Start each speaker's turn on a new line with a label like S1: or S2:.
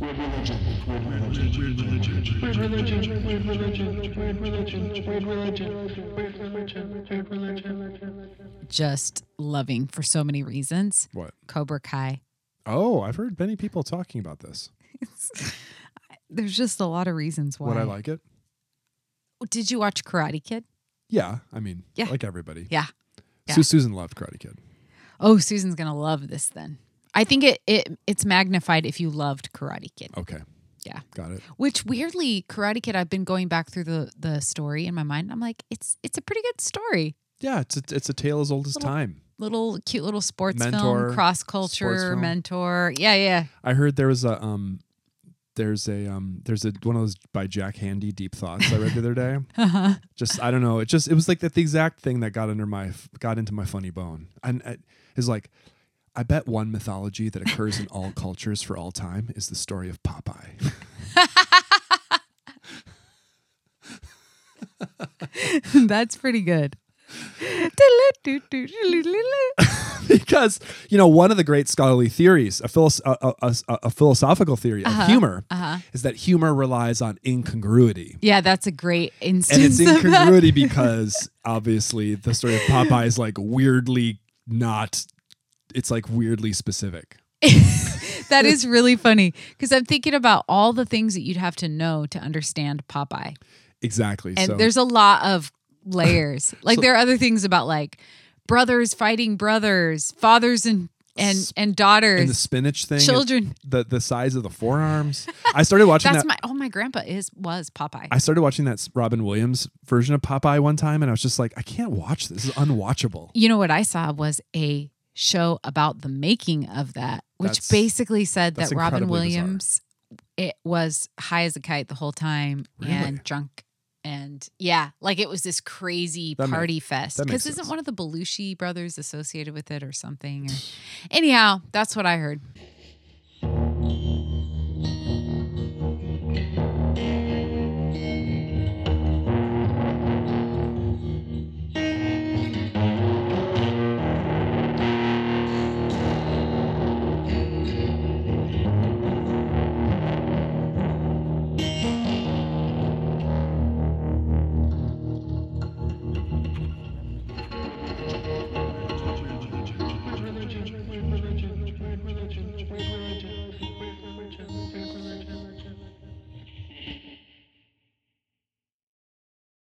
S1: Weird religion. Weird religion.
S2: Weird religion.
S1: Weird religion. Weird religion. Weird religion. Weird religion. Weird religion. Weird religion.
S3: Just loving for so many reasons.
S2: What?
S3: Cobra Kai.
S2: Oh, I've heard many people talking about this.
S3: There's just a lot of reasons why.
S2: Would I like it?
S3: Did you watch Karate Kid?
S2: Yeah, I mean,
S3: Yeah.
S2: like everybody.
S3: Yeah. Yeah.
S2: Su- Susan loved Karate Kid.
S3: Oh, Susan's gonna love this then. I think it, it it's magnified if you loved Karate Kid.
S2: Okay,
S3: Yeah.
S2: got it.
S3: Which weirdly, Karate Kid, I've been going back through the the story in my mind. and I'm like, it's it's a pretty good story.
S2: Yeah, it's a, it's a tale as old as time.
S3: Little cute little sports
S2: Mentor,
S3: film, cross
S2: sports
S3: culture,
S2: film.
S3: mentor. Yeah, yeah.
S2: I heard there was a um, there's a um, there's a one of those by Jack Handy Deep Thoughts I read the other day.
S3: Uh-huh.
S2: Just I don't know. It just it was like that the exact thing that got under my got into my funny bone. And it is like, I bet one mythology that occurs in all cultures for all time is the story of Popeye.
S3: That's pretty good. yeah,
S2: because you know one of the great scholarly theories, a, philos- a, a- a- a- a philosophical theory
S3: Uh-huh.
S2: of humor, is that humor relies on incongruity.
S3: that's a great
S2: and it's
S3: instance. of that.
S2: incongruity because obviously the story of Popeye is like weirdly not. It's like weirdly specific.
S3: that is really funny because I'm thinking about all the things that you'd have to know to understand Popeye.
S2: Exactly.
S3: And
S2: so
S3: there's a lot of layers. Like there are other things about like brothers fighting brothers, fathers and and and
S2: and the
S3: daughters,
S2: spinach thing,
S3: children.
S2: the the size of the forearms. I started watching
S3: That's
S2: that.
S3: my oh my grandpa is was Popeye.
S2: I started watching that Robin Williams version of Popeye one time, and I was just like, I can't watch this. This is unwatchable.
S3: you know what I saw was a show about the making of that, which
S2: That's-
S3: basically said
S2: that's
S3: that Robin
S2: incredibly bizarre.
S3: Williams it was high as a kite the whole time
S2: Really?
S3: and drunk and yeah, like it was this crazy
S2: That ma-
S3: party fest.
S2: that makes
S3: Because isn't
S2: sense.
S3: one of the Belushi brothers associated with it or something? Or, anyhow, that's what I heard.